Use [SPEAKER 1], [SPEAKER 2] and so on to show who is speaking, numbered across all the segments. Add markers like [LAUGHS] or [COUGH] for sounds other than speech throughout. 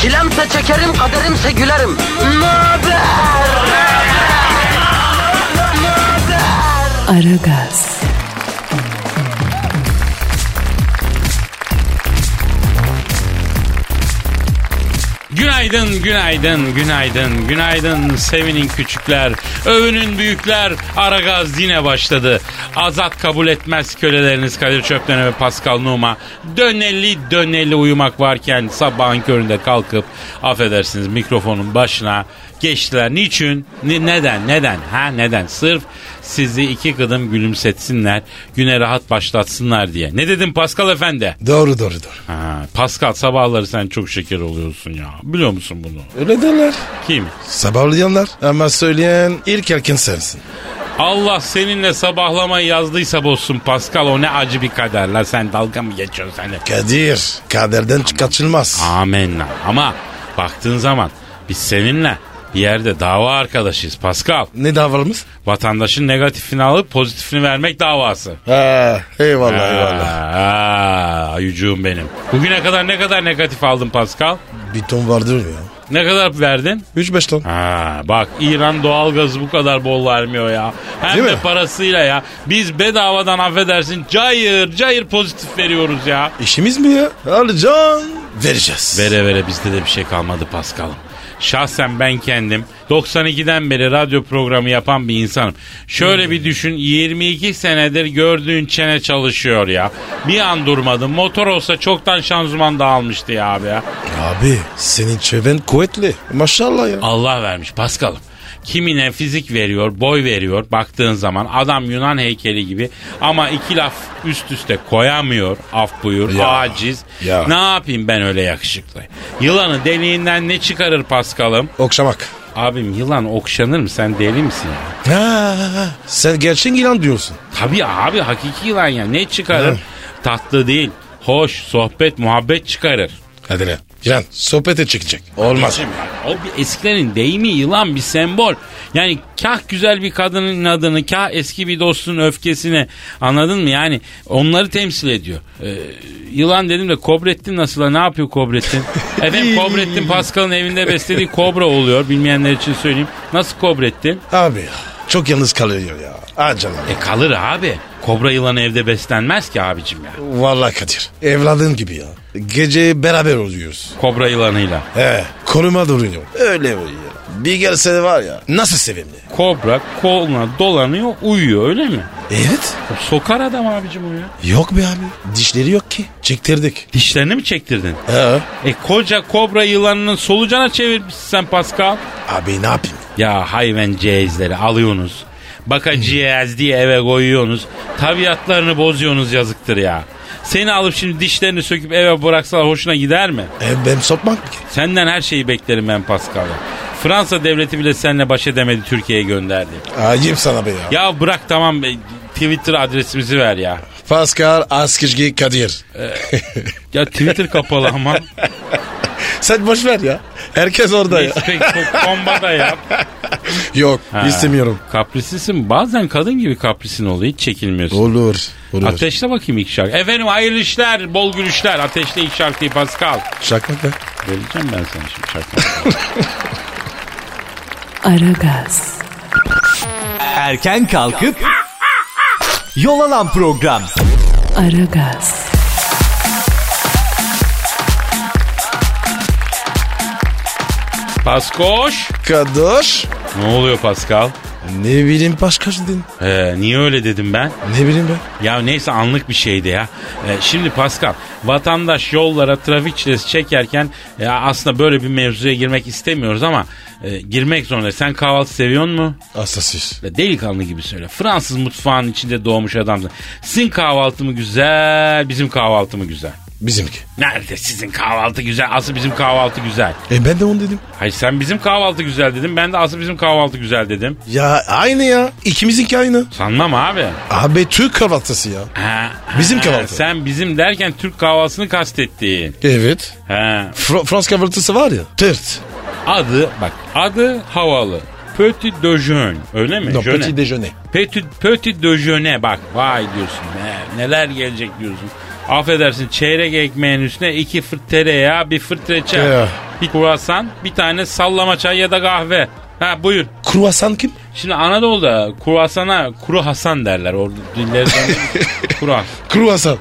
[SPEAKER 1] Çilemse çekerim, kaderimse gülerim. Möber!
[SPEAKER 2] Aragaz,
[SPEAKER 3] Günaydın, günaydın, günaydın, günaydın. Sevinin küçükler, övünün büyükler. Aragaz yine başladı. Azat kabul etmez köleleriniz Kadir Çöpten ve Pascal Numa. Döneli döneli uyumak varken sabahın köründe kalkıp affedersiniz mikrofonun başına geçtiler. Niçin? Ne- neden? Neden? Ha neden? Sırf sizi iki kadın gülümsetsinler, güne rahat başlatsınlar diye. Ne dedim Pascal Efendi?
[SPEAKER 4] Doğru doğru doğru.
[SPEAKER 3] Ha, Pascal sabahları sen çok şeker oluyorsun ya. Biliyor musun bunu?
[SPEAKER 4] Öyle derler.
[SPEAKER 3] Kim?
[SPEAKER 4] Sabahlayanlar ama söyleyen ilk erken sensin.
[SPEAKER 3] Allah seninle sabahlamayı yazdıysa bozsun Pascal o ne acı bir kader la sen dalga mı geçiyorsun sen de?
[SPEAKER 4] Kadir. Kaderden kaçılmaz.
[SPEAKER 3] Amenna ama baktığın zaman biz seninle bir yerde dava arkadaşıyız Pascal.
[SPEAKER 4] Ne davamız?
[SPEAKER 3] Vatandaşın negatifini alıp pozitifini vermek davası.
[SPEAKER 4] Ha, eyvallah eyvallah.
[SPEAKER 3] Aa, ayıcığım benim. Bugüne kadar ne kadar negatif aldın Pascal?
[SPEAKER 4] Bir ton vardır ya.
[SPEAKER 3] Ne kadar verdin?
[SPEAKER 4] 3-5 ton.
[SPEAKER 3] Ha, bak İran doğalgazı bu kadar bol vermiyor ya. Hem
[SPEAKER 4] Değil
[SPEAKER 3] de
[SPEAKER 4] mi?
[SPEAKER 3] parasıyla ya. Biz bedavadan affedersin cayır cayır pozitif veriyoruz ya.
[SPEAKER 4] İşimiz mi ya? Alacağım. Vereceğiz.
[SPEAKER 3] Vere vere bizde de bir şey kalmadı Paskal'ım. Şahsen ben kendim 92'den beri radyo programı yapan bir insanım. Şöyle bir düşün 22 senedir gördüğün çene çalışıyor ya. Bir an durmadım. Motor olsa çoktan şanzıman dağılmıştı ya abi ya.
[SPEAKER 4] Abi senin çeven kuvvetli. Maşallah ya.
[SPEAKER 3] Allah vermiş Paskal'ım. Kimine fizik veriyor, boy veriyor baktığın zaman. Adam Yunan heykeli gibi ama iki laf üst üste koyamıyor. Af buyur,
[SPEAKER 4] Ya.
[SPEAKER 3] aciz.
[SPEAKER 4] Ya.
[SPEAKER 3] Ne yapayım ben öyle yakışıklı? Yılanı deliğinden ne çıkarır Paskal'ım?
[SPEAKER 4] Okşamak.
[SPEAKER 3] Abim yılan okşanır mı? Sen deli misin ya?
[SPEAKER 4] Ha, sen gerçek ilan diyorsun.
[SPEAKER 3] Tabii abi hakiki yılan ya. Ne çıkarır? Tatlı değil. Hoş, sohbet, muhabbet çıkarır.
[SPEAKER 4] Hadi lan. İlan sohbete çıkacak. Olmaz.
[SPEAKER 3] Bizim yani. O bir eskilerin deyimi yılan bir sembol. Yani kah güzel bir kadının adını, kah eski bir dostun öfkesini anladın mı? Yani onları temsil ediyor. Ee, yılan dedim de Kobrettin nasıl? ha? Ne yapıyor Kobrettin? Efendim Kobrettin Pascal'ın evinde beslediği kobra oluyor. Bilmeyenler için söyleyeyim. Nasıl Kobrettin?
[SPEAKER 4] Abi ya, çok yalnız kalıyor ya. Acaba.
[SPEAKER 3] E kalır abi. Kobra yılanı evde beslenmez ki abicim ya.
[SPEAKER 4] Vallahi Kadir. Evladın gibi ya. Gece beraber oluyoruz.
[SPEAKER 3] Kobra yılanıyla.
[SPEAKER 4] He. Koruma duruyor. Öyle oluyor. Bir gelse var ya. Nasıl sevimli.
[SPEAKER 3] Kobra koluna dolanıyor uyuyor öyle mi?
[SPEAKER 4] Evet.
[SPEAKER 3] Sokar adam abicim o ya.
[SPEAKER 4] Yok be abi. Dişleri yok ki. Çektirdik.
[SPEAKER 3] Dişlerini mi çektirdin?
[SPEAKER 4] He.
[SPEAKER 3] E koca kobra yılanının solucana çevirmişsin sen Pascal.
[SPEAKER 4] Abi ne yapayım?
[SPEAKER 3] Ya hayvan cehizleri alıyorsunuz. Bakacağız diye eve koyuyorsunuz. Tabiatlarını bozuyorsunuz yazıktır ya. Seni alıp şimdi dişlerini söküp eve bıraksalar hoşuna gider mi?
[SPEAKER 4] E, ben sokmak mı ki?
[SPEAKER 3] Senden her şeyi beklerim ben Pascal. Fransa devleti bile seninle baş edemedi Türkiye'ye gönderdi.
[SPEAKER 4] Ayıp sana be ya.
[SPEAKER 3] Ya bırak tamam be, Twitter adresimizi ver ya.
[SPEAKER 4] Pascal Askizgi Kadir.
[SPEAKER 3] Ya Twitter kapalı ama.
[SPEAKER 4] Sen boş ver ya. Herkes orada ya.
[SPEAKER 3] Komba da yap.
[SPEAKER 4] Yok
[SPEAKER 3] Ha.
[SPEAKER 4] istemiyorum.
[SPEAKER 3] Kaprisisin. Bazen kadın gibi kaprisin oluyor. Hiç çekilmiyorsun.
[SPEAKER 4] Olur. Olur.
[SPEAKER 3] Ateşle bakayım ilk şarkı. Efendim hayırlı işler, bol gülüşler. Ateşle ilk şarkıyı Pascal.
[SPEAKER 4] Şakmak lan.
[SPEAKER 3] Vereceğim ben sana şimdi şarkıyı.
[SPEAKER 2] Aragaz,
[SPEAKER 5] Erken kalkıp yol alan program.
[SPEAKER 2] Aragaz,
[SPEAKER 3] [LAUGHS] Paskoş.
[SPEAKER 4] Kadir.
[SPEAKER 3] Ne oluyor Pascal?
[SPEAKER 4] Ne bileyim Pascal dedin.
[SPEAKER 3] Ee, niye öyle dedim ben?
[SPEAKER 4] Ne bileyim ben.
[SPEAKER 3] Ya neyse anlık bir şeydi ya. Ee, şimdi Pascal vatandaş yollara trafik çilesi çekerken ya aslında böyle bir mevzuya girmek istemiyoruz ama e, girmek zorunda. Sen kahvaltı seviyor mu?
[SPEAKER 4] Hastasıyız.
[SPEAKER 3] Ya Delikanlı gibi söyle. Fransız mutfağının içinde doğmuş adamsın. Sizin kahvaltı mı güzel, bizim kahvaltı mı güzel?
[SPEAKER 4] Bizimki.
[SPEAKER 3] Nerede sizin kahvaltı güzel? Asıl bizim kahvaltı güzel.
[SPEAKER 4] E ben de onu dedim.
[SPEAKER 3] Hayır sen bizim kahvaltı güzel dedim. Ben de asıl bizim kahvaltı güzel dedim.
[SPEAKER 4] Ya aynı ya. İkimizinki aynı.
[SPEAKER 3] Sanmam abi.
[SPEAKER 4] Abi Türk kahvaltısı ya.
[SPEAKER 3] Ha,
[SPEAKER 4] Bizim
[SPEAKER 3] ha,
[SPEAKER 4] kahvaltı.
[SPEAKER 3] Sen bizim derken Türk kahvaltısını kastettin.
[SPEAKER 4] Evet.
[SPEAKER 3] Ha.
[SPEAKER 4] Fr- Fransız kahvaltısı var ya. Tırt.
[SPEAKER 3] Adı bak adı havalı. Petit déjeuner öyle mi?
[SPEAKER 4] No,
[SPEAKER 3] Jeune.
[SPEAKER 4] petit déjeuner.
[SPEAKER 3] Petit, petit déjeuner bak vay diyorsun be, neler gelecek diyorsun. Affedersin çeyrek ekmeğin üstüne iki fırt tereyağı bir fırt reçel.
[SPEAKER 4] Ya.
[SPEAKER 3] Bir kurasan bir tane sallama çay ya da kahve. Ha buyur.
[SPEAKER 4] Kruvasan kim?
[SPEAKER 3] Şimdi Anadolu'da kurasana kuru Hasan derler. O dillerden kuru Hasan.
[SPEAKER 4] Kruvasan.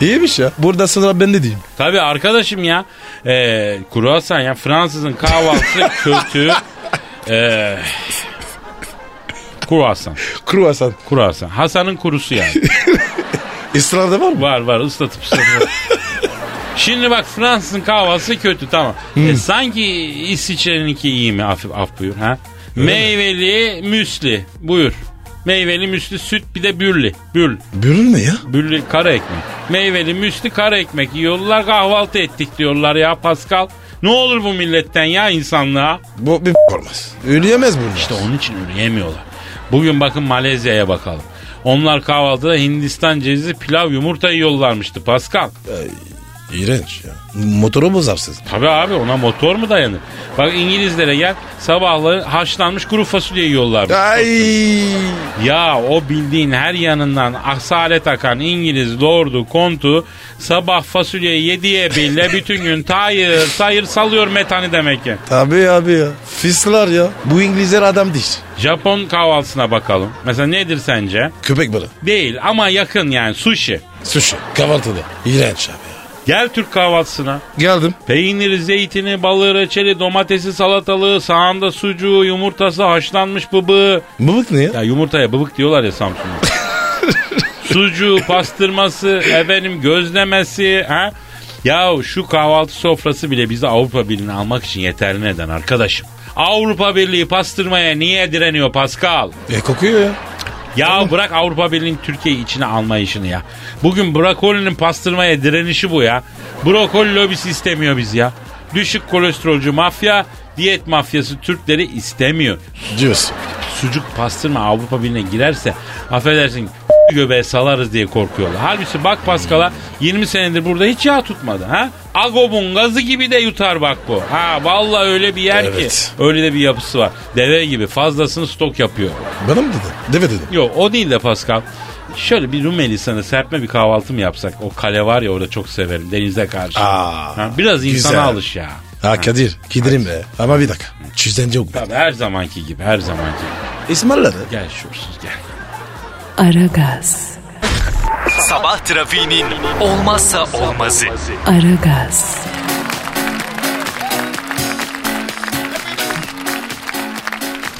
[SPEAKER 4] İyiymiş ya. Burada sıra bende değil.
[SPEAKER 3] Tabii arkadaşım ya. Ee, kruvasan ya Fransızın kahvaltısı kötü. Ee, kruvasan.
[SPEAKER 4] Kruvasan.
[SPEAKER 3] Kruvasan. Hasan'ın kurusu yani.
[SPEAKER 4] İsrarda var mı?
[SPEAKER 3] Var var ıslatıp ıslatıp. Şimdi bak Fransızın kahvaltısı kötü tamam. E, sanki İsviçre'ninki iyi mi? Af, af buyur ha. Meyveli müsli buyur. Meyveli müsli süt bir de bürli. Bürl.
[SPEAKER 4] Bürün ne ya?
[SPEAKER 3] Bürlü kara ekmek. Meyveli müslü kara ekmek yiyorlar kahvaltı ettik diyorlar ya Pascal. Ne olur bu milletten ya insanlığa.
[SPEAKER 4] Bu bir b- olmaz. Üleyemez bunu.
[SPEAKER 3] İşte onun için öyle yemiyorlar. Bugün bakın Malezya'ya bakalım. Onlar kahvaltıda Hindistan cevizi pilav yumurta yiyorlarmıştı Pascal.
[SPEAKER 4] İğrenç ya. Motoru bozarsın.
[SPEAKER 3] Tabii abi ona motor mu dayanır? Bak İngilizlere gel sabahları haşlanmış kuru fasulye yiyorlarmış.
[SPEAKER 4] Ay.
[SPEAKER 3] Ya o bildiğin her yanından asalet akan İngiliz lordu kontu sabah fasulyeyi yediye bile bütün gün tayır sayır salıyor metanı demek ki.
[SPEAKER 4] Tabii abi ya. Fisler ya. Bu İngilizler adam değil.
[SPEAKER 3] Japon kahvaltısına bakalım. Mesela nedir sence?
[SPEAKER 4] Köpek balığı.
[SPEAKER 3] Değil ama yakın yani sushi.
[SPEAKER 4] Sushi. Kahvaltıda. İğrenç abi ya.
[SPEAKER 3] Gel Türk kahvaltısına.
[SPEAKER 4] Geldim.
[SPEAKER 3] Peyniri, zeytini, balığı, reçeli, domatesi, salatalığı, sahanda sucuğu, yumurtası, haşlanmış bıbığı.
[SPEAKER 4] Mıbık ne ya?
[SPEAKER 3] Ya yumurtaya bıbık diyorlar ya Samsun'da. Sucuğu, pastırması, efendim gözlemesi. Ha? Ya şu kahvaltı sofrası bile bizi Avrupa Birliği'ne almak için yeterli neden arkadaşım. Avrupa Birliği pastırmaya niye direniyor Pascal?
[SPEAKER 4] E kokuyor ya.
[SPEAKER 3] Ya bırak Avrupa Birliği'nin Türkiye'yi içine alma işini ya. Bugün brokolinin pastırmaya direnişi bu ya. Brokoli lobisi istemiyor biz ya. Düşük kolesterolcü mafya, diyet mafyası Türkleri istemiyor
[SPEAKER 4] Diyorsun.
[SPEAKER 3] sucuk pastırma Avrupa Birliği'ne girerse affedersin [LAUGHS] göbeğe salarız diye korkuyorlar. Halbuki bak Paskal'a 20 senedir burada hiç yağ tutmadı. Ha? Agob'un gazı gibi de yutar bak bu. Ha vallahi öyle bir yer
[SPEAKER 4] Evet.
[SPEAKER 3] ki. Öyle de bir yapısı var. Deve gibi fazlasını stok yapıyor.
[SPEAKER 4] Bana mı dedin? Deve dedim.
[SPEAKER 3] Yok o değil de Pascal. Şöyle bir Rumeli sana serpme bir kahvaltı mı yapsak? O kale var ya orada çok severim denize karşı.
[SPEAKER 4] Aa,
[SPEAKER 3] Ha, biraz insana
[SPEAKER 4] güzel.
[SPEAKER 3] alış ya.
[SPEAKER 4] Ha Kadir. Giderim be. Ama bir dakika. Cüzden yok be.
[SPEAKER 3] Tabii her zamanki gibi her zamanki gibi.
[SPEAKER 4] İsmarladı.
[SPEAKER 3] Gel şursuz gel.
[SPEAKER 2] Aragaz,
[SPEAKER 5] Sabah trafiğinin olmazsa olmazı.
[SPEAKER 2] Aragaz,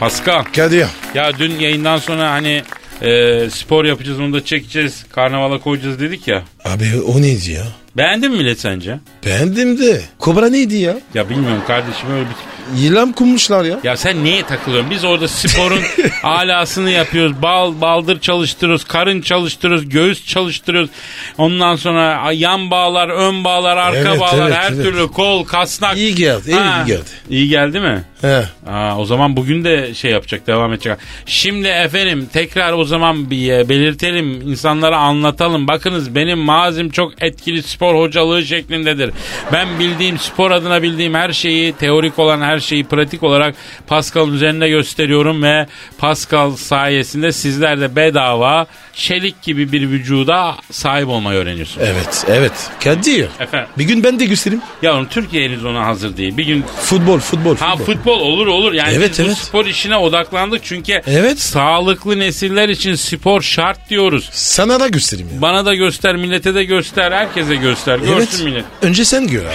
[SPEAKER 3] Pascal.
[SPEAKER 4] Kadir.
[SPEAKER 3] Ya dün yayından sonra hani e, spor yapacağız onu da çekeceğiz. Karnavala koyacağız dedik ya.
[SPEAKER 4] Abi o neydi ya?
[SPEAKER 3] Beğendin mi millet sence?
[SPEAKER 4] Beğendim de. Kobra neydi ya?
[SPEAKER 3] Ya bilmiyorum kardeşim öyle bir...
[SPEAKER 4] Yılan kummuşlar ya.
[SPEAKER 3] Ya sen neye takılıyorsun? Biz
[SPEAKER 4] [LAUGHS]
[SPEAKER 3] orada sporun alasını yapıyoruz. Bal, baldır çalıştırıyoruz. Karın çalıştırıyoruz. Göğüs çalıştırıyoruz. Ondan sonra yan bağlar, ön bağlar, arka
[SPEAKER 4] Evet,
[SPEAKER 3] bağlar.
[SPEAKER 4] evet,
[SPEAKER 3] her
[SPEAKER 4] evet.
[SPEAKER 3] türlü kol, kasnak.
[SPEAKER 4] İyi geldi, iyi
[SPEAKER 3] Ha,
[SPEAKER 4] geldi.
[SPEAKER 3] İyi geldi mi?
[SPEAKER 4] He.
[SPEAKER 3] Aa, o zaman bugün de şey yapacak devam edecek. Şimdi efendim tekrar o zaman bir e, belirtelim insanlara anlatalım. Bakınız benim mazim çok etkili spor hocalığı şeklindedir. Ben bildiğim spor adına bildiğim her şeyi teorik olan her şeyi pratik olarak Pascal'ın üzerinde gösteriyorum ve Pascal sayesinde sizler de bedava çelik gibi bir vücuda sahip olmayı öğreniyorsunuz.
[SPEAKER 4] Evet, evet. Kadir.
[SPEAKER 3] Efendim
[SPEAKER 4] Bir gün ben de göstereyim.
[SPEAKER 3] yavrum Türkiye henüz ona hazır değil. Bir gün
[SPEAKER 4] Futbol, futbol, futbol.
[SPEAKER 3] Ha futbol olur olur. Yani
[SPEAKER 4] Evet,
[SPEAKER 3] biz bu
[SPEAKER 4] evet.
[SPEAKER 3] spor işine odaklandık çünkü
[SPEAKER 4] Evet.
[SPEAKER 3] sağlıklı nesiller için spor şart diyoruz.
[SPEAKER 4] Sana da göstereyim ya.
[SPEAKER 3] Bana da göster, millete de göster, herkese göster. Görsün millet.
[SPEAKER 4] Önce sen gör abi.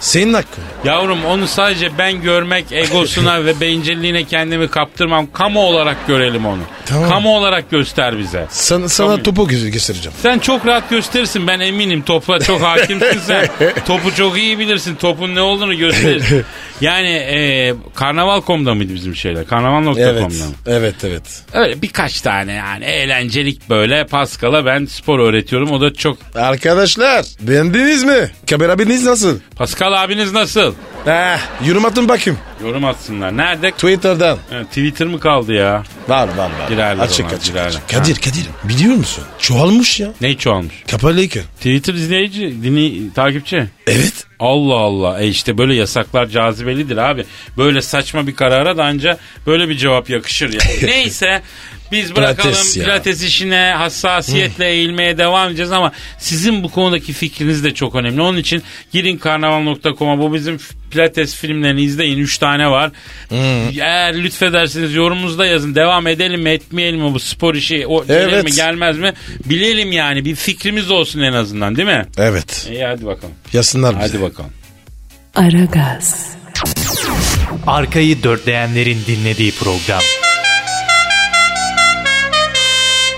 [SPEAKER 4] Senin hakkın.
[SPEAKER 3] Yavrum onu sadece ben görmek
[SPEAKER 4] [LAUGHS]
[SPEAKER 3] egosuna ve bencilliğine kendimi kaptırmam. Kamu olarak görelim onu.
[SPEAKER 4] Tamam.
[SPEAKER 3] Kamu olarak göster bize.
[SPEAKER 4] Sana, sana topu gö- göstereceğim.
[SPEAKER 3] Sen çok rahat gösterirsin ben eminim.
[SPEAKER 4] [LAUGHS]
[SPEAKER 3] Topla çok hakimsin sen. Topu çok iyi bilirsin. Topun ne olduğunu
[SPEAKER 4] [LAUGHS]
[SPEAKER 3] gösterirsin. Yani e, karnaval.com'da mıydı bizim şeyler? Karnaval.com'da
[SPEAKER 4] Evet.
[SPEAKER 3] mı?
[SPEAKER 4] Evet evet.
[SPEAKER 3] Öyle birkaç tane yani eğlencelik böyle Pascal'a ben spor öğretiyorum. O da çok...
[SPEAKER 4] Arkadaşlar beğendiniz mi? Kamera biriniz nasıl?
[SPEAKER 3] Pascal abiniz nasıl? Eh.
[SPEAKER 4] Heh, yorum atın bakayım.
[SPEAKER 3] Yorum atsınlar. Nerede?
[SPEAKER 4] Twitter'dan.
[SPEAKER 3] Ha, Twitter mı kaldı ya?
[SPEAKER 4] Var var var.
[SPEAKER 3] Girerler
[SPEAKER 4] açık
[SPEAKER 3] ona,
[SPEAKER 4] açık.
[SPEAKER 3] girerler.
[SPEAKER 4] açık. Kadir Kadir biliyor musun? Çoğalmış ya.
[SPEAKER 3] Ne çoğalmış?
[SPEAKER 4] Kapalıyken.
[SPEAKER 3] Twitter izleyici, dini, takipçi.
[SPEAKER 4] Evet.
[SPEAKER 3] Allah Allah. E işte böyle yasaklar cazibelidir abi. Böyle saçma bir karara da anca böyle bir cevap
[SPEAKER 4] [LAUGHS]
[SPEAKER 3] yakışır ya. Neyse biz bırakalım
[SPEAKER 4] Pilates
[SPEAKER 3] pilates,
[SPEAKER 4] ya.
[SPEAKER 3] işine hassasiyetle eğilmeye devam edeceğiz ama sizin bu konudaki fikriniz de çok önemli. Onun için girin karnaval.com'a bu bizim f- pilates filmlerini izleyin. 3 tane var. Eğer lütfederseniz yorumunuzda yazın. Devam edelim mi etmeyelim mi bu spor işi? O, gelir
[SPEAKER 4] Evet.
[SPEAKER 3] mi gelmez mi? Bilelim yani bir fikrimiz olsun en azından değil mi?
[SPEAKER 4] Evet.
[SPEAKER 3] İyi hadi bakalım.
[SPEAKER 4] Yasınlar bizi.
[SPEAKER 3] Hadi bakalım.
[SPEAKER 2] Aragaz,
[SPEAKER 5] Arkayı dörtleyenlerin dinlediği program.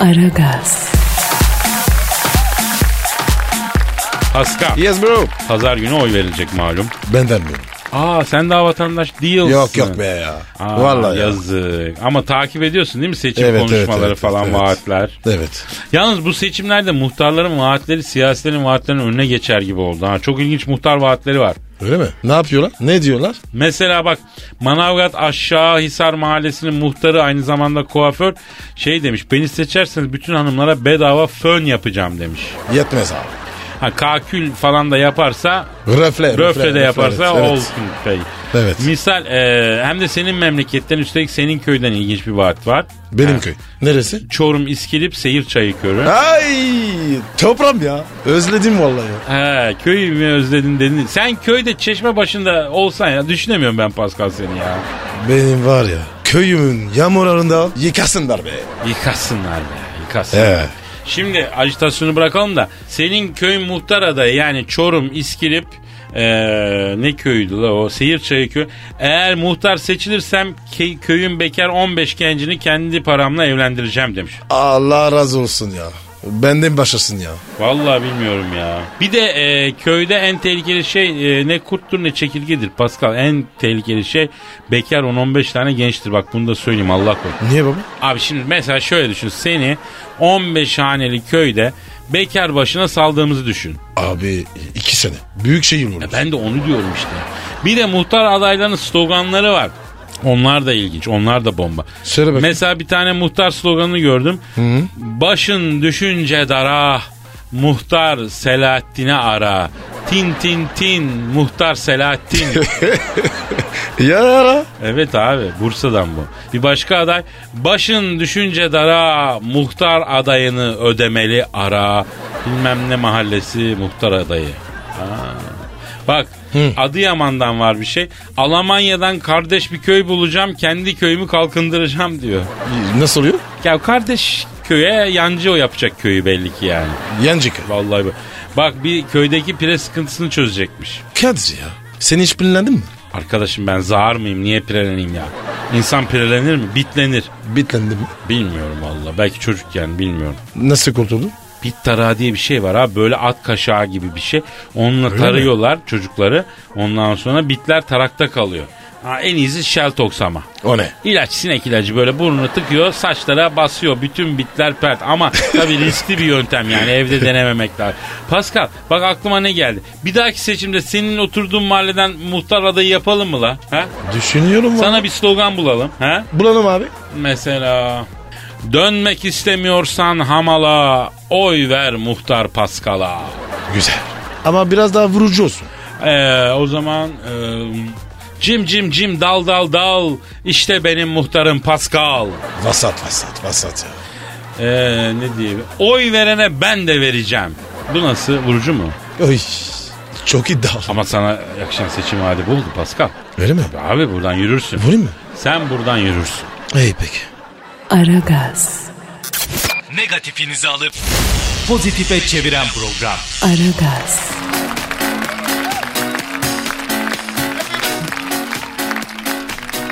[SPEAKER 2] Aragaz,
[SPEAKER 3] Pascal.
[SPEAKER 4] Yes bro.
[SPEAKER 3] Pazar günü oy verilecek malum.
[SPEAKER 4] Ben vermiyorum.
[SPEAKER 3] Aa sen daha vatandaş değilsin.
[SPEAKER 4] Yok yok be ya.
[SPEAKER 3] Aa,
[SPEAKER 4] Vallahi ya.
[SPEAKER 3] yazık. Ama takip ediyorsun değil mi seçim
[SPEAKER 4] Evet, evet,
[SPEAKER 3] konuşmaları
[SPEAKER 4] evet,
[SPEAKER 3] falan
[SPEAKER 4] evet.
[SPEAKER 3] vaatler.
[SPEAKER 4] Evet.
[SPEAKER 3] Yalnız bu seçimlerde muhtarların vaatleri siyasilerin vaatlerinin önüne geçer gibi oldu. Ha, çok ilginç muhtar vaatleri var.
[SPEAKER 4] Öyle mi? Ne yapıyorlar? Ne diyorlar?
[SPEAKER 3] Mesela bak Manavgat Aşağı Hisar Mahallesi'nin muhtarı aynı zamanda kuaför şey demiş. Beni seçerseniz bütün hanımlara bedava fön yapacağım demiş.
[SPEAKER 4] Yetmez abi.
[SPEAKER 3] Ha kakül falan da yaparsa
[SPEAKER 4] Röfle.
[SPEAKER 3] Röfle de yaparsa
[SPEAKER 4] evet, evet.
[SPEAKER 3] olsun şey.
[SPEAKER 4] Evet.
[SPEAKER 3] Misal e, hem de senin memleketten üstelik senin köyden ilginç bir vaat var.
[SPEAKER 4] Benim
[SPEAKER 3] Ha,
[SPEAKER 4] köy. Neresi?
[SPEAKER 3] Çorum İskilip Seyir Çayı Körü.
[SPEAKER 4] Ay toprağım ya. Özledim vallahi. ya.
[SPEAKER 3] He, köyü mü özledin dedin. Sen köyde çeşme başında olsan ya düşünemiyorum ben Pascal seni ya.
[SPEAKER 4] Benim var ya köyümün yağmurlarında yıkasınlar be.
[SPEAKER 3] Yıkasınlar be yıkasınlar.
[SPEAKER 4] He.
[SPEAKER 3] Şimdi ajitasyonu bırakalım da senin köyün muhtar adayı yani Çorum İskilip e, ne köyüydü la o Seyirçayı köyü. Eğer muhtar seçilirsem ke- köyün bekar 15 gencini kendi paramla evlendireceğim demiş.
[SPEAKER 4] Allah razı olsun ya. Benden başlasın ya.
[SPEAKER 3] Vallahi bilmiyorum ya. Bir de e, köyde en tehlikeli şey e, ne kurttur ne çekirgedir Pascal. En tehlikeli şey bekar 10-15 tane gençtir. Bak bunu da söyleyeyim Allah korusun.
[SPEAKER 4] Niye baba?
[SPEAKER 3] Abi şimdi mesela şöyle düşün. Seni 15 haneli köyde bekar başına saldığımızı düşün.
[SPEAKER 4] Abi iki sene. Büyük şey olur.
[SPEAKER 3] Ya ben de onu diyorum işte. Bir de muhtar adaylarının sloganları var. Onlar da ilginç. Onlar da bomba.
[SPEAKER 4] Söyle bakayım.
[SPEAKER 3] Mesela bir tane muhtar sloganını gördüm. Başın düşünce dara. Muhtar Selahattin'e ara. Tin tin tin muhtar Selahattin.
[SPEAKER 4] [LAUGHS] Ya ara.
[SPEAKER 3] evet abi Bursa'dan bu. Bir başka aday. Başın düşünce dara. Muhtar adayını ödemeli ara. Bilmem ne mahallesi muhtar adayı. Bak Adıyaman'dan var bir şey. Almanya'dan kardeş bir köy bulacağım. Kendi köyümü kalkındıracağım diyor.
[SPEAKER 4] Nasıl oluyor?
[SPEAKER 3] Ya kardeş köye yancı o yapacak köyü belli ki yani.
[SPEAKER 4] Yancık.
[SPEAKER 3] Vallahi bu. Bak bir köydeki pire sıkıntısını çözecekmiş.
[SPEAKER 4] Kadir ya. Sen hiç bilinlendin mi?
[SPEAKER 3] Arkadaşım ben zar mıyım niye pireleneyim ya? İnsan pirelenir mi? Bitlenir.
[SPEAKER 4] Bitlendim.
[SPEAKER 3] Bilmiyorum valla. Belki çocukken bilmiyorum.
[SPEAKER 4] Nasıl kurtuldun?
[SPEAKER 3] Bit tarağı diye bir şey var abi böyle at kaşağı gibi bir şey. Onunla
[SPEAKER 4] mi?
[SPEAKER 3] tarıyorlar çocukları. Ondan sonra bitler tarakta kalıyor. Ha, en iyisi şel toksama.
[SPEAKER 4] O ne?
[SPEAKER 3] İlaç sinek ilacı böyle burnunu tıkıyor saçlara basıyor bütün bitler pert ama tabii riskli bir yöntem yani evde denememek lazım. Pascal bak aklıma ne geldi bir dahaki seçimde senin oturduğun mahalleden muhtar adayı yapalım mı la? Ha?
[SPEAKER 4] Düşünüyorum Sana...
[SPEAKER 3] Sana bir slogan bulalım. Ha?
[SPEAKER 4] Bulalım abi.
[SPEAKER 3] Mesela dönmek istemiyorsan hamala oy ver muhtar Paskal'a.
[SPEAKER 4] Güzel. Ama biraz daha vurucu olsun.
[SPEAKER 3] Ee, o zaman e, cim cim cim dal dal dal işte benim muhtarım Paskal.
[SPEAKER 4] Vasat vasat vasat ya.
[SPEAKER 3] Ee, ne diyeyim? Oy verene ben de vereceğim. Bu nasıl? Vurucu mu?
[SPEAKER 4] Oy. Çok iddialı.
[SPEAKER 3] Ama sana yakışan seçim vaadi bu oldu Pascal.
[SPEAKER 4] Öyle mi?
[SPEAKER 3] Abi buradan yürürsün.
[SPEAKER 4] Vurayım mı?
[SPEAKER 3] Sen buradan yürürsün.
[SPEAKER 4] İyi peki.
[SPEAKER 2] Aragaz,
[SPEAKER 5] Negatifinizi alıp pozitife çeviren program.
[SPEAKER 2] Aragaz,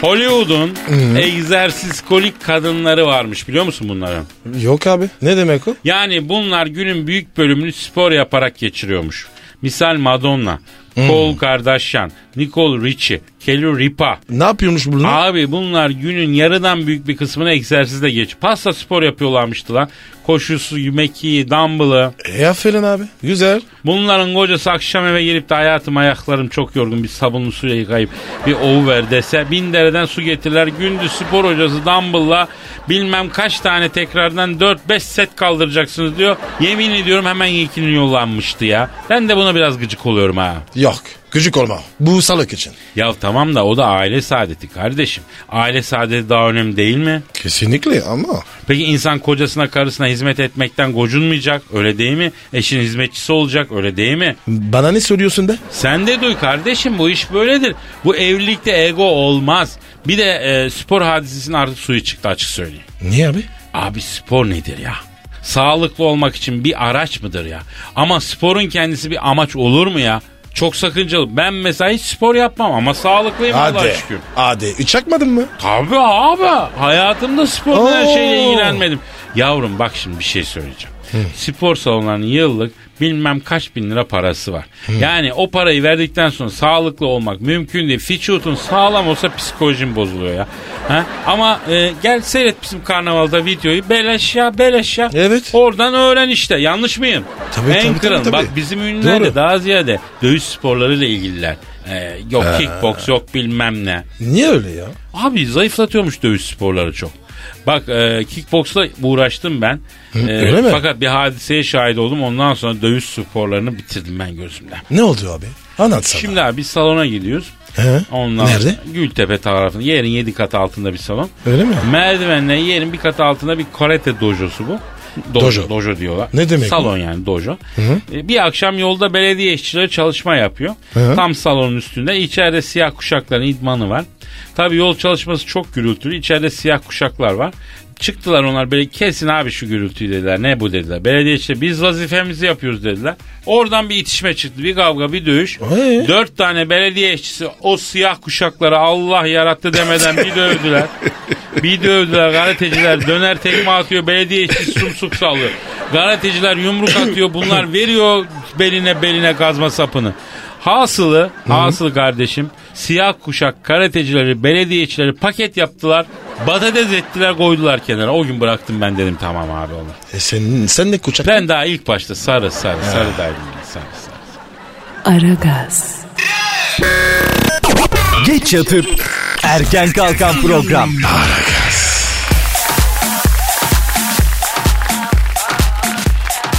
[SPEAKER 3] Hollywood'un egzersiz kolik kadınları varmış biliyor musun bunların?
[SPEAKER 4] Yok abi. Ne demek o?
[SPEAKER 3] Yani bunlar günün büyük bölümünü spor yaparak geçiriyormuş. Misal Madonna, Cole Kardashian, Nicole Richie, Kelly Ripa.
[SPEAKER 4] Ne yapıyormuş bunlar?
[SPEAKER 3] Abi bunlar günün yarıdan büyük bir kısmını egzersizle geç. Pasta spor yapıyorlarmıştı lan. Koşusu, yemekiyi, dumbbell'ı.
[SPEAKER 4] E aferin abi. Güzel.
[SPEAKER 3] Bunların kocası akşam eve gelip de hayatım ayaklarım çok yorgun bir sabunlu suyla yıkayıp bir ovu ver dese bin dereden su getirirler. Gündüz spor hocası dumbbell'la bilmem kaç tane tekrardan 4-5 set kaldıracaksınız diyor. Yemin ediyorum hemen yekinin yollanmıştı ya. Ben de buna biraz gıcık oluyorum ha.
[SPEAKER 4] Yok. Küçük olma. Bu sağlık için.
[SPEAKER 3] Ya tamam da o da aile saadeti kardeşim. Aile saadeti daha önemli değil mi?
[SPEAKER 4] Kesinlikle ama.
[SPEAKER 3] Peki insan kocasına karısına hizmet etmekten gocunmayacak öyle değil mi? Eşin hizmetçisi olacak öyle değil mi?
[SPEAKER 4] Bana ne söylüyorsun be?
[SPEAKER 3] Sen de duy kardeşim bu iş böyledir. Bu evlilikte ego olmaz. Bir de e, spor hadisesinin artık suyu çıktı açık söyleyeyim.
[SPEAKER 4] Niye abi?
[SPEAKER 3] Abi spor nedir ya? Sağlıklı olmak için bir araç mıdır ya? Ama sporun kendisi bir amaç olur mu ya? Çok sakıncalı. Ben mesela hiç spor yapmam ama sağlıklıyım E, Allah'a
[SPEAKER 4] Hadi.
[SPEAKER 3] şükür.
[SPEAKER 4] Hadi. Hiç çakmadın mı?
[SPEAKER 3] Tabii abi. Hayatımda sporla her şeyle
[SPEAKER 4] Oo.
[SPEAKER 3] ilgilenmedim. Yavrum bak şimdi bir şey söyleyeceğim. Spor salonlarının yıllık bilmem kaç bin lira parası var. Yani o parayı verdikten sonra sağlıklı olmak mümkün değil. Fiçutun sağlam olsa psikolojim bozuluyor ya. Ha? Ama e, gel seyret bizim karnavalda videoyu. Beleş ya beleş ya.
[SPEAKER 4] Evet.
[SPEAKER 3] Oradan öğren işte. Yanlış mıyım?
[SPEAKER 4] Tabii,
[SPEAKER 3] en
[SPEAKER 4] tabii,
[SPEAKER 3] kral.
[SPEAKER 4] tabii,
[SPEAKER 3] Bak
[SPEAKER 4] tabii.
[SPEAKER 3] bizim ünlüler de
[SPEAKER 4] Doğru.
[SPEAKER 3] daha ziyade dövüş sporlarıyla ilgililer. E, yok kickbox yok bilmem ne.
[SPEAKER 4] Niye öyle ya?
[SPEAKER 3] Abi zayıflatıyormuş dövüş sporları çok. Bak e, kickboksla uğraştım ben. E,
[SPEAKER 4] öyle mi?
[SPEAKER 3] Fakat bir hadiseye şahit oldum. Ondan sonra dövüş sporlarını bitirdim ben gözümden.
[SPEAKER 4] Ne oldu abi? Anlat sana.
[SPEAKER 3] Şimdi abi bir salona gidiyoruz.
[SPEAKER 4] He?
[SPEAKER 3] Ondan
[SPEAKER 4] Nerede?
[SPEAKER 3] Gültepe tarafında. Yerin 7 kat altında bir salon.
[SPEAKER 4] Öyle mi?
[SPEAKER 3] Merdivenle yerin bir kat altında bir karate dojosu bu.
[SPEAKER 4] Dojo.
[SPEAKER 3] Dojo diyorlar.
[SPEAKER 4] Ne demek
[SPEAKER 3] Salon yani dojo. E, Bir akşam yolda belediye işçileri çalışma yapıyor.
[SPEAKER 4] Hı.
[SPEAKER 3] Tam salonun üstünde. İçeride siyah kuşakların idmanı var. Tabii yol çalışması çok gürültülü. İçeride siyah kuşaklar var. Çıktılar onlar böyle kesin abi şu gürültüyü dediler. Ne bu dediler. Belediye işte biz vazifemizi yapıyoruz dediler. Oradan bir itişme çıktı. Bir kavga bir dövüş.
[SPEAKER 4] Ee?
[SPEAKER 3] Dört tane belediye işçisi o siyah kuşakları Allah yarattı demeden bir dövdüler. bir dövdüler gazeteciler döner tekme atıyor belediye işçisi sumsuk sallıyor. Gazeteciler yumruk atıyor bunlar veriyor beline beline kazma sapını. Hasılı, hasılı kardeşim siyah kuşak karatecileri, belediye işçileri paket yaptılar. Patates ettiler koydular kenara. O gün bıraktım ben dedim tamam abi onu.
[SPEAKER 4] E sen, sen ne kucak?
[SPEAKER 3] Ben daha ilk başta sarı sarı sarı daydım. ben, Sarı, sarı.
[SPEAKER 2] Aragaz,
[SPEAKER 5] Geç yatıp erken kalkan program.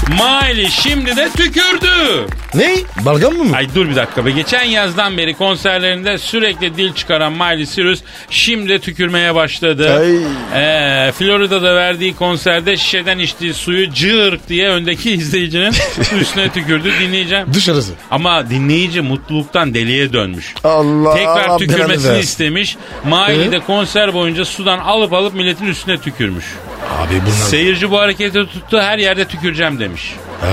[SPEAKER 3] Miley şimdi de tükürdü.
[SPEAKER 4] Ne? Balgam mı? mı?
[SPEAKER 3] [LAUGHS] Ay dur bir dakika be. Geçen yazdan beri konserlerinde sürekli dil çıkaran Miley Cyrus şimdi de tükürmeye başladı.
[SPEAKER 4] Ay.
[SPEAKER 3] Ee, Florida'da verdiği konserde şişeden içtiği suyu cırk diye öndeki [LAUGHS] izleyicinin üstüne tükürdü. Dinleyeceğim.
[SPEAKER 4] Dışarısı.
[SPEAKER 3] Ama dinleyici mutluluktan deliye dönmüş.
[SPEAKER 4] Allah
[SPEAKER 3] Tekrar
[SPEAKER 4] Allah belanı
[SPEAKER 3] tükürmesini
[SPEAKER 4] versin.
[SPEAKER 3] istemiş. Miley de konser boyunca sudan alıp alıp milletin üstüne tükürmüş.
[SPEAKER 4] Abi bunlar...
[SPEAKER 3] Seyirci bu hareketi tuttu her yerde tüküreceğim demiş.
[SPEAKER 4] Ay.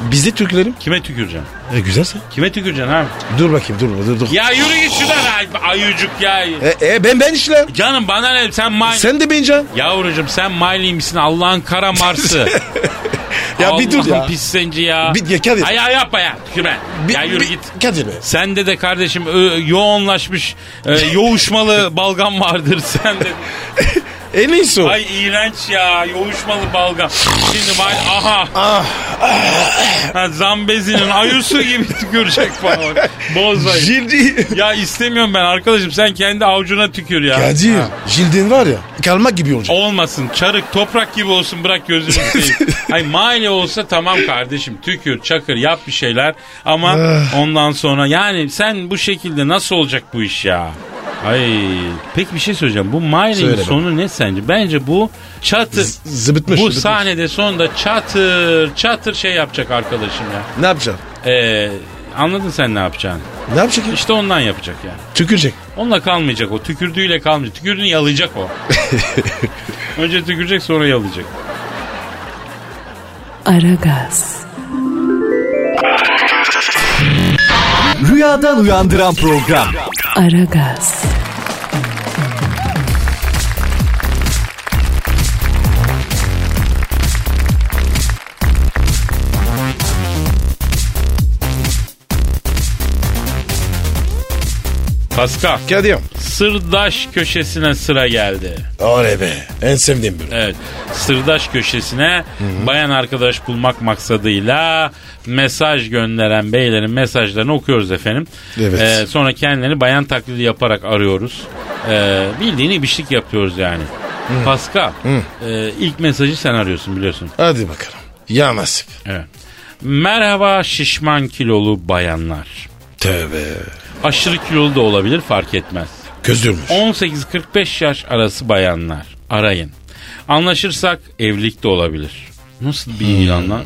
[SPEAKER 4] Biz de Türklerim.
[SPEAKER 3] Kime tüküreceğim?
[SPEAKER 4] E, güzelse.
[SPEAKER 3] Kime tüküreceksin abi?
[SPEAKER 4] Dur bakayım dur dur dur.
[SPEAKER 3] Ya yürü git şuradan ay, ayıcık ya.
[SPEAKER 4] E, e, ben ben işler.
[SPEAKER 3] Canım bana ne sen Miley.
[SPEAKER 4] Sen de bence.
[SPEAKER 3] Yavrucuğum sen Miley misin Allah'ın kara Mars'ı.
[SPEAKER 4] [LAUGHS] Ya bir dur
[SPEAKER 3] Allah'ın
[SPEAKER 4] ya.
[SPEAKER 3] pis zenci ya.
[SPEAKER 4] Bir- ya Kadir.
[SPEAKER 3] Ay, ya yapma ya. Tükürme.
[SPEAKER 4] Bir-
[SPEAKER 3] ya yürü
[SPEAKER 4] bir-
[SPEAKER 3] git.
[SPEAKER 4] Kadir be.
[SPEAKER 3] Sende de kardeşim ö- yoğunlaşmış e,
[SPEAKER 4] [LAUGHS]
[SPEAKER 3] yoğuşmalı balgam vardır sende.
[SPEAKER 4] En iyisi E, o.
[SPEAKER 3] Ay iğrenç ya yoğuşmalı balgam. Şimdi bak aha.
[SPEAKER 4] Ah.
[SPEAKER 3] Ha, zambezinin ayusu gibi tükürecek falan. Bozmayın.
[SPEAKER 4] Cildi.
[SPEAKER 3] Ya istemiyorum ben arkadaşım sen kendi avucuna tükür ya.
[SPEAKER 4] Kadir. Cildin var ya. Kalmak gibi olacak.
[SPEAKER 3] Olmasın çarık toprak gibi olsun
[SPEAKER 4] [LAUGHS]
[SPEAKER 3] bırak gözünü seveyim. Ay mahalle olsa tamam kardeşim tükür çakır yap bir şeyler ama
[SPEAKER 4] Ah.
[SPEAKER 3] ondan sonra yani sen bu şekilde nasıl olacak bu iş ya? Ay peki bir şey söyleyeceğim bu Miley'in
[SPEAKER 4] Söyle
[SPEAKER 3] sonu ne sence? Bence bu çatır.
[SPEAKER 4] zıbıtmış,
[SPEAKER 3] bu
[SPEAKER 4] zıbıtmış.
[SPEAKER 3] sahnede sonunda çatır çatır şey yapacak arkadaşım ya.
[SPEAKER 4] Ne yapacak?
[SPEAKER 3] Ee, anladın sen ne yapacağını.
[SPEAKER 4] Ne yapacak? ya?
[SPEAKER 3] İşte ondan yapacak yani.
[SPEAKER 4] Tükürecek.
[SPEAKER 3] Onunla kalmayacak o. Tükürdüğüyle kalmayacak. Tükürdüğünü yalayacak o. Önce tükürecek sonra yalayacak.
[SPEAKER 2] Aragaz,
[SPEAKER 5] Rüyadan uyandıran program.
[SPEAKER 2] Aragaz,
[SPEAKER 3] Pascal,
[SPEAKER 4] Kadir.
[SPEAKER 3] sırdaş köşesine sıra geldi.
[SPEAKER 4] Oley be. En sevdiğim bölüm.
[SPEAKER 3] Evet. Sırdaş köşesine bayan arkadaş bulmak maksadıyla mesaj gönderen beylerin mesajlarını okuyoruz efendim. Ee,
[SPEAKER 4] Evet.
[SPEAKER 3] sonra kendilerini bayan taklidi yaparak arıyoruz. Ee, bildiğini bişlik yapıyoruz yani. Pascal, e, ilk mesajı sen arıyorsun biliyorsun.
[SPEAKER 4] Hadi bakalım. Ya nasip.
[SPEAKER 3] Evet. Merhaba şişman kilolu bayanlar.
[SPEAKER 4] Tövbe.
[SPEAKER 3] Aşırı kilolu da olabilir fark etmez.
[SPEAKER 4] Közdürmüş.
[SPEAKER 3] 18-45 yaş arası bayanlar arayın. Anlaşırsak evlilik de olabilir. Nasıl bir
[SPEAKER 4] Hmm.
[SPEAKER 3] ilan lan?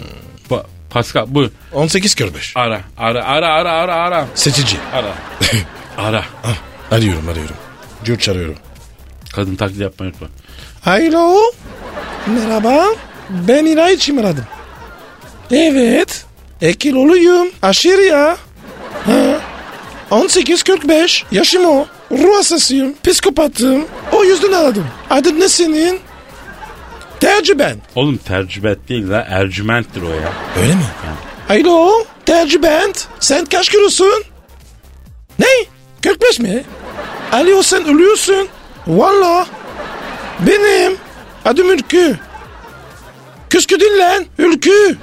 [SPEAKER 3] Pa- Pascal bu
[SPEAKER 4] 18 körbeş.
[SPEAKER 3] ara ara ara ara ara ara
[SPEAKER 4] Seçici. [LAUGHS]
[SPEAKER 3] ara. ara.
[SPEAKER 4] Ah, arıyorum arıyorum. Cürt çağırıyorum.
[SPEAKER 3] Kadın taklidi yapmayı unutma.
[SPEAKER 4] Alo. Merhaba. Ben İlay için aradım. Evet. Ekil oluyum. Aşırı ya. Ha. 18.45. Yaşım o. Ruh hastasıyım. Psikopatım. O yüzden aradım. Adın ne senin? Tercih ben.
[SPEAKER 3] Oğlum tercübet değil la ercümenttir o ya.
[SPEAKER 4] Öyle mi? Alo. Tercih ben. Sen kaç kilosun? Ne? 45 mi? Alo sen ölüyorsun. Valla. Benim. Adım Ülkü. Küskü değil lan. Ülkü.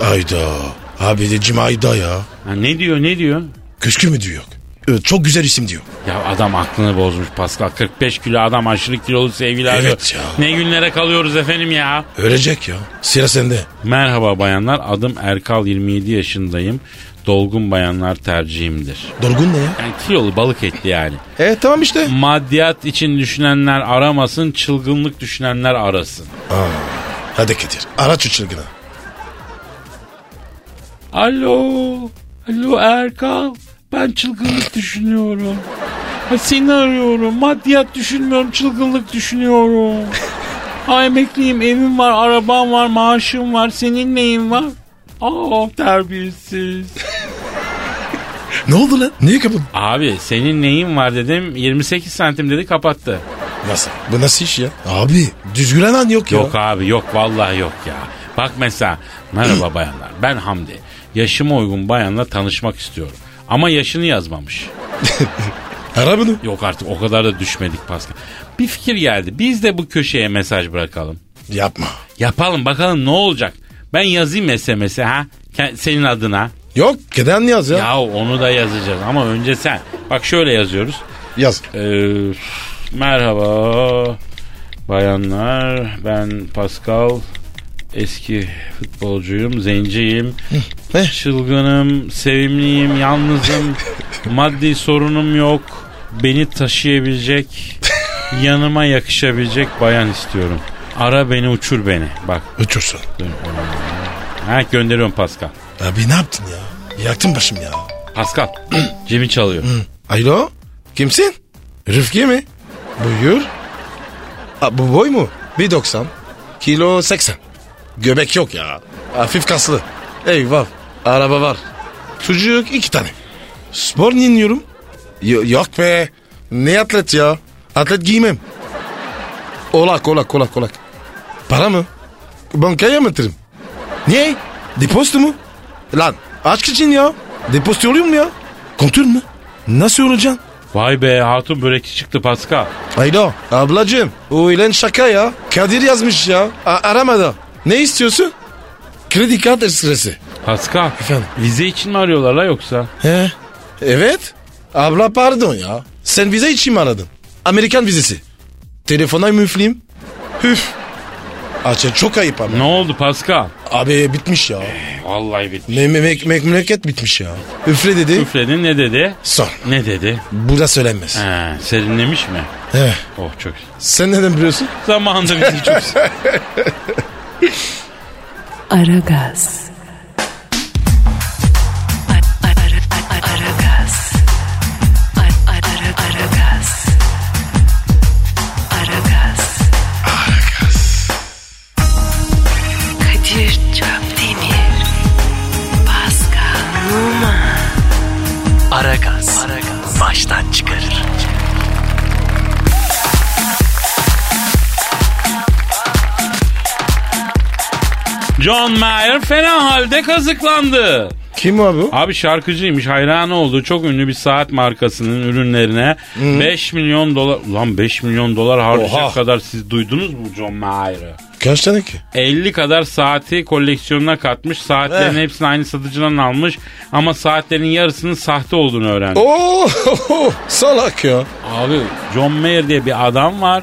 [SPEAKER 4] Ayda. Abi de Cimayda ya.
[SPEAKER 3] Ha, ne diyor ne diyor?
[SPEAKER 4] Küskü mü diyor? Evet, çok güzel isim diyor.
[SPEAKER 3] Ya adam aklını bozmuş Pascal. 45 kilo adam aşırı kilolu sevgili
[SPEAKER 4] Evet
[SPEAKER 3] arıyor.
[SPEAKER 4] ya.
[SPEAKER 3] Ne günlere kalıyoruz efendim ya.
[SPEAKER 4] Ölecek ya. Sıra sende.
[SPEAKER 3] Merhaba bayanlar adım Erkal 27 yaşındayım. Dolgun bayanlar tercihimdir.
[SPEAKER 4] Dolgun ne ya?
[SPEAKER 3] Yani kilolu balık etli yani.
[SPEAKER 4] E tamam işte.
[SPEAKER 3] Maddiyat için düşünenler aramasın, çılgınlık düşünenler arasın.
[SPEAKER 4] Hadi Kadir. Araç çılgına.
[SPEAKER 3] Alo, alo Erkal. Ben çılgınlık düşünüyorum. Ha, Seni arıyorum. Maddiyat düşünmüyorum, çılgınlık düşünüyorum. Ha emekliyim, evim var, arabam var, maaşım var. Senin neyin var? Aa terbiyesiz.
[SPEAKER 4] Ne oldu lan? Niye kapadın?
[SPEAKER 3] Abi senin neyin var dedim. 28 santim dedi kapattı.
[SPEAKER 4] Nasıl? Bu nasıl iş ya? Abi düzgülen an yok ya.
[SPEAKER 3] Yok abi yok vallahi yok ya. Bak mesela
[SPEAKER 4] [CLEARS THROAT]
[SPEAKER 3] merhaba bayanlar ben Hamdi. Yaşıma uygun bayanla tanışmak istiyorum. Ama yaşını yazmamış.
[SPEAKER 4] Ara bunu.
[SPEAKER 3] Yok artık o kadar da düşmedik Pascal. Bir fikir geldi. Biz de bu köşeye mesaj bırakalım.
[SPEAKER 4] Yapma.
[SPEAKER 3] Yapalım bakalım ne olacak. Ben yazayım SMS'e ha. Ke- Senin adına.
[SPEAKER 4] Yok neden yaz ya.
[SPEAKER 3] Ya onu da yazacağız ama önce sen. Bak şöyle yazıyoruz.
[SPEAKER 4] Yaz.
[SPEAKER 3] Ee, merhaba bayanlar. Ben Pascal. Eski futbolcuyum, zenciyim,
[SPEAKER 4] Ne?
[SPEAKER 3] çılgınım, sevimliyim, yalnızım, maddi sorunum yok, beni taşıyabilecek, yanıma yakışabilecek bayan istiyorum. Ara beni, uçur beni. Bak,
[SPEAKER 4] Uçursun.
[SPEAKER 3] ha gönderiyorum Pascal.
[SPEAKER 4] Abi ne yaptın ya? Yaktın başım ya.
[SPEAKER 3] Pascal, Cem'i çalıyor.
[SPEAKER 4] Alo. Kimsin? Rıfkı mi? Buyur. A, bu boy mu? 1.90. Kilo 80. Göbek yok ya. Hafif kaslı. Eyvah. Araba var. Çocuk iki tane. Spor dinliyorum. Yo- yok be. Ne atlet ya? Atlet giymem. Olak olak olak olak. Para mı? Bankaya mı yatırım? Niye? Deposto mu? Lan aşk için ya. Deposto oluyor mu ya? Kontür mü? Nasıl olacaksın?
[SPEAKER 3] Vay be hatun börekçi çıktı Pascal.
[SPEAKER 4] Hayda ablacığım o ilen şaka ya. Kadir yazmış ya. A- aramada. Ne istiyorsun? Kredi kart sırası.
[SPEAKER 3] Pascal,
[SPEAKER 4] Efendim?
[SPEAKER 3] vize için mi arıyorlar la yoksa?
[SPEAKER 4] He? Evet. Abla pardon ya. Sen vize için mi aradın? Amerikan vizesi. Telefona müfleyim. Hüf. Açı çok ayıp ama.
[SPEAKER 3] Ne oldu Pascal?
[SPEAKER 4] Abi bitmiş ya.
[SPEAKER 3] Vallahi bitti.
[SPEAKER 4] Me- me- me- memleket bitmiş ya. Üfle dedi.
[SPEAKER 3] Üfledin ne dedi?
[SPEAKER 4] Son.
[SPEAKER 3] Ne dedi?
[SPEAKER 4] Burada söylenmez.
[SPEAKER 3] He, serinlemiş mi?
[SPEAKER 4] He.
[SPEAKER 3] Oh çok.
[SPEAKER 4] Sen neden biliyorsun?
[SPEAKER 3] Zamanında bizi çok
[SPEAKER 4] [LAUGHS]
[SPEAKER 2] Aragaz. Ara- ara- ara- Aragaz. Ara- ara- Aragaz. Aragaz. Kadir Çöptemir. Pascal Numa.
[SPEAKER 6] Aragaz. Baştan çıkarır.
[SPEAKER 3] John Mayer fena halde kazıklandı.
[SPEAKER 4] Kim abi o?
[SPEAKER 3] Abi şarkıcıymış hayranı olduğu çok ünlü bir saat markasının ürünlerine 5 milyon dolar... Ulan 5 milyon dolar harcayacak
[SPEAKER 4] Oha.
[SPEAKER 3] kadar siz duydunuz mu John Mayer'ı?
[SPEAKER 4] Kaç tane ki?
[SPEAKER 3] 50 kadar saati koleksiyonuna katmış. Saatlerin
[SPEAKER 4] Eh.
[SPEAKER 3] hepsini aynı satıcıdan almış. Ama saatlerin yarısının sahte olduğunu öğrendi.
[SPEAKER 4] Oo [LAUGHS] salak ya.
[SPEAKER 3] Abi John Mayer diye bir adam var.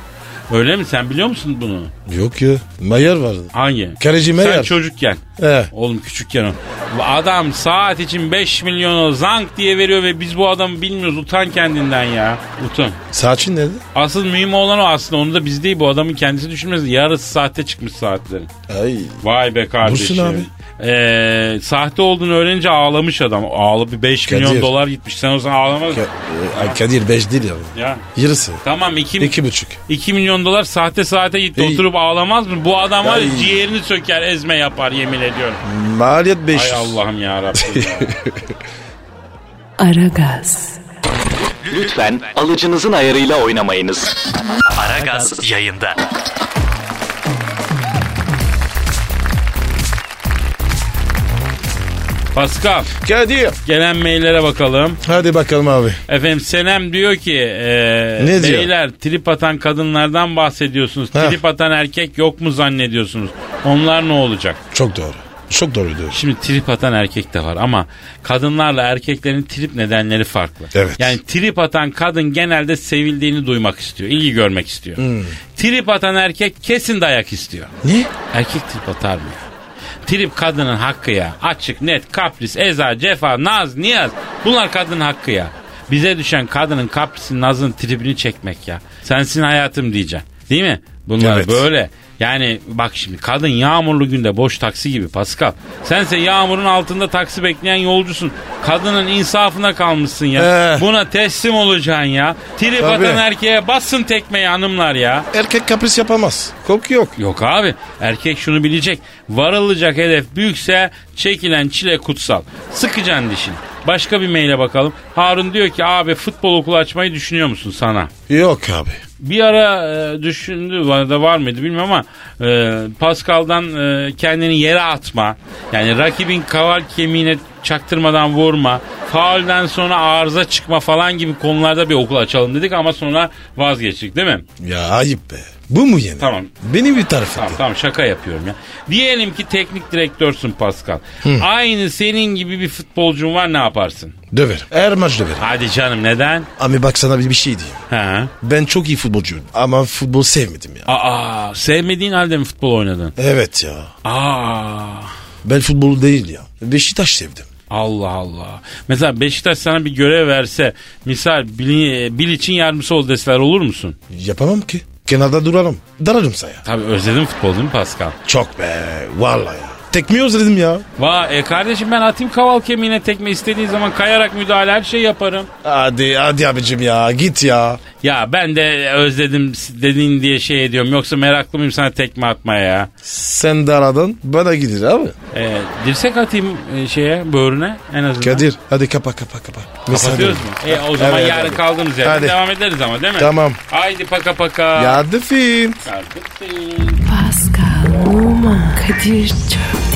[SPEAKER 3] Öyle mi sen biliyor musun bunu?
[SPEAKER 4] Yok ya. Mayer vardı.
[SPEAKER 3] Hangi?
[SPEAKER 4] Kaleci
[SPEAKER 3] Sen
[SPEAKER 4] Meyer.
[SPEAKER 3] çocukken.
[SPEAKER 4] He.
[SPEAKER 3] Oğlum küçükken o. Bu Adam saat için 5 milyonu zank diye veriyor ve biz bu adamı bilmiyoruz. Utan kendinden ya. Utan.
[SPEAKER 4] Saçın nerede?
[SPEAKER 3] Asıl mühim olan o aslında. Onu da biz değil bu adamın kendisi düşünmez. Yarısı sahte çıkmış saatlerin.
[SPEAKER 4] Ay.
[SPEAKER 3] Vay be kardeşim.
[SPEAKER 4] Bursun abi.
[SPEAKER 3] Ee, sahte olduğunu öğrenince ağlamış adam. Ağlı bir 5
[SPEAKER 4] Kadir.
[SPEAKER 3] milyon dolar gitmiş. Sen olsan ağlamaz.
[SPEAKER 4] Ka- e, ay Kadir 5 değil ya.
[SPEAKER 3] Ya.
[SPEAKER 4] Yarısı.
[SPEAKER 3] Tamam 2
[SPEAKER 4] 2,5. buçuk.
[SPEAKER 3] 2 milyon dolar sahte saate gitti
[SPEAKER 4] Hey.
[SPEAKER 3] oturup ağlamaz mı? Bu adam var ya,
[SPEAKER 4] Ay.
[SPEAKER 3] ciğerini söker ezme yapar yemin ediyorum.
[SPEAKER 4] Maliyet 500.
[SPEAKER 3] Ay Allah'ım ya Rabbim. [LAUGHS]
[SPEAKER 2] Aragaz,
[SPEAKER 6] Lütfen alıcınızın ayarıyla oynamayınız. Aragaz yayında.
[SPEAKER 3] Pascal
[SPEAKER 4] Kadir.
[SPEAKER 3] gelen maillere bakalım.
[SPEAKER 4] Hadi bakalım abi.
[SPEAKER 3] Efendim Senem diyor ki e,
[SPEAKER 4] Ne diyor?
[SPEAKER 3] beyler trip atan kadınlardan bahsediyorsunuz.
[SPEAKER 4] Heh.
[SPEAKER 3] Trip atan erkek yok mu zannediyorsunuz? Onlar ne olacak?
[SPEAKER 4] Çok doğru. Çok doğru diyor.
[SPEAKER 3] Şimdi trip atan erkek de var ama kadınlarla erkeklerin trip nedenleri farklı.
[SPEAKER 4] Evet.
[SPEAKER 3] Yani trip atan kadın genelde sevildiğini duymak istiyor, ilgi görmek istiyor.
[SPEAKER 4] Hmm.
[SPEAKER 3] Trip atan erkek kesin dayak istiyor.
[SPEAKER 4] Ne?
[SPEAKER 3] Erkek trip atar mı ya? Trip kadının hakkı ya. Açık, net, kapris, eza, cefa, naz, niyaz. Bunlar kadının hakkı ya. Bize düşen kadının kaprisini, nazın, tribini çekmek ya. Sensin hayatım diyeceksin. Değil mi? Bunlar
[SPEAKER 4] Evet.
[SPEAKER 3] böyle. Yani bak şimdi kadın yağmurlu günde boş taksi gibi Pascal. Sense yağmurun altında taksi bekleyen yolcusun. Kadının insafına kalmışsın ya.
[SPEAKER 4] Eh.
[SPEAKER 3] Buna teslim olacaksın ya. Trip
[SPEAKER 4] Tabii.
[SPEAKER 3] atan erkeğe bassın tekmeyi hanımlar ya.
[SPEAKER 4] Erkek kapris yapamaz. Korku yok.
[SPEAKER 3] Yok abi erkek şunu bilecek. Varılacak hedef büyükse çekilen çile kutsal. Sıkacaksın dişini. Başka bir maile bakalım. Harun diyor ki abi futbol okulu açmayı düşünüyor musun sana?
[SPEAKER 4] Yok abi.
[SPEAKER 3] Bir ara e, düşündü var da var mıydı bilmiyorum ama e, Pascal'dan e, kendini yere atma. Yani rakibin kaval kemiğine çaktırmadan vurma. Faulden sonra arıza çıkma falan gibi konularda bir okul açalım dedik ama sonra vazgeçtik değil mi?
[SPEAKER 4] Ya ayıp be. Bu mu yeni?
[SPEAKER 3] Tamam.
[SPEAKER 4] Beni bir tarif
[SPEAKER 3] Tamam
[SPEAKER 4] edin.
[SPEAKER 3] tamam şaka yapıyorum ya. Diyelim ki teknik direktörsün Pascal. Aynı senin gibi bir futbolcun var ne yaparsın?
[SPEAKER 4] Döverim. Her maç döverim.
[SPEAKER 3] Hadi canım neden?
[SPEAKER 4] Abi bak sana bir, bir şey diyeyim.
[SPEAKER 3] Ha.
[SPEAKER 4] Ben çok iyi futbolcuyum. Ama futbol sevmedim ya.
[SPEAKER 3] Aa sevmediğin halde mi futbol oynadın?
[SPEAKER 4] Evet ya.
[SPEAKER 3] Aa
[SPEAKER 4] Ben futbolu değil ya. Beşiktaş sevdim.
[SPEAKER 3] Allah Allah. Mesela Beşiktaş sana bir görev verse misal Bil, Bil için yardımcısı ol deseler olur musun?
[SPEAKER 4] Yapamam ki. Kenarda durarım. Dararım saya.
[SPEAKER 3] Tabii özledim futbol değil mi Pascal?
[SPEAKER 4] Çok be. Vallahi ya. Tekmeyi özledim ya.
[SPEAKER 3] Vay e kardeşim ben atayım kaval kemiğine tekme istediğin zaman kayarak müdahale her şey yaparım.
[SPEAKER 4] Hadi hadi abicim ya. Git ya.
[SPEAKER 3] Ya ben de özledim dediğin diye şey ediyorum. Yoksa meraklı mıyım sana tekme atmaya ya?
[SPEAKER 4] Sen daradın. Bana gidir abi.
[SPEAKER 3] Ee, dirsek atayım e, şeye, böğrüne en azından.
[SPEAKER 4] Kadir hadi kapa kapa kapa. Mesela
[SPEAKER 3] Kapatıyoruz mu? E, o zaman
[SPEAKER 4] Evet,
[SPEAKER 3] yarın
[SPEAKER 4] hadi.
[SPEAKER 3] kaldığımız yerden
[SPEAKER 4] Hadi.
[SPEAKER 3] devam ederiz ama değil mi?
[SPEAKER 4] Tamam.
[SPEAKER 3] Haydi paka paka.
[SPEAKER 4] Yardım film.
[SPEAKER 3] Kardeşim.
[SPEAKER 2] Pascal, Oman, Kadir çok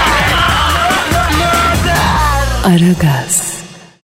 [SPEAKER 2] Aragaz.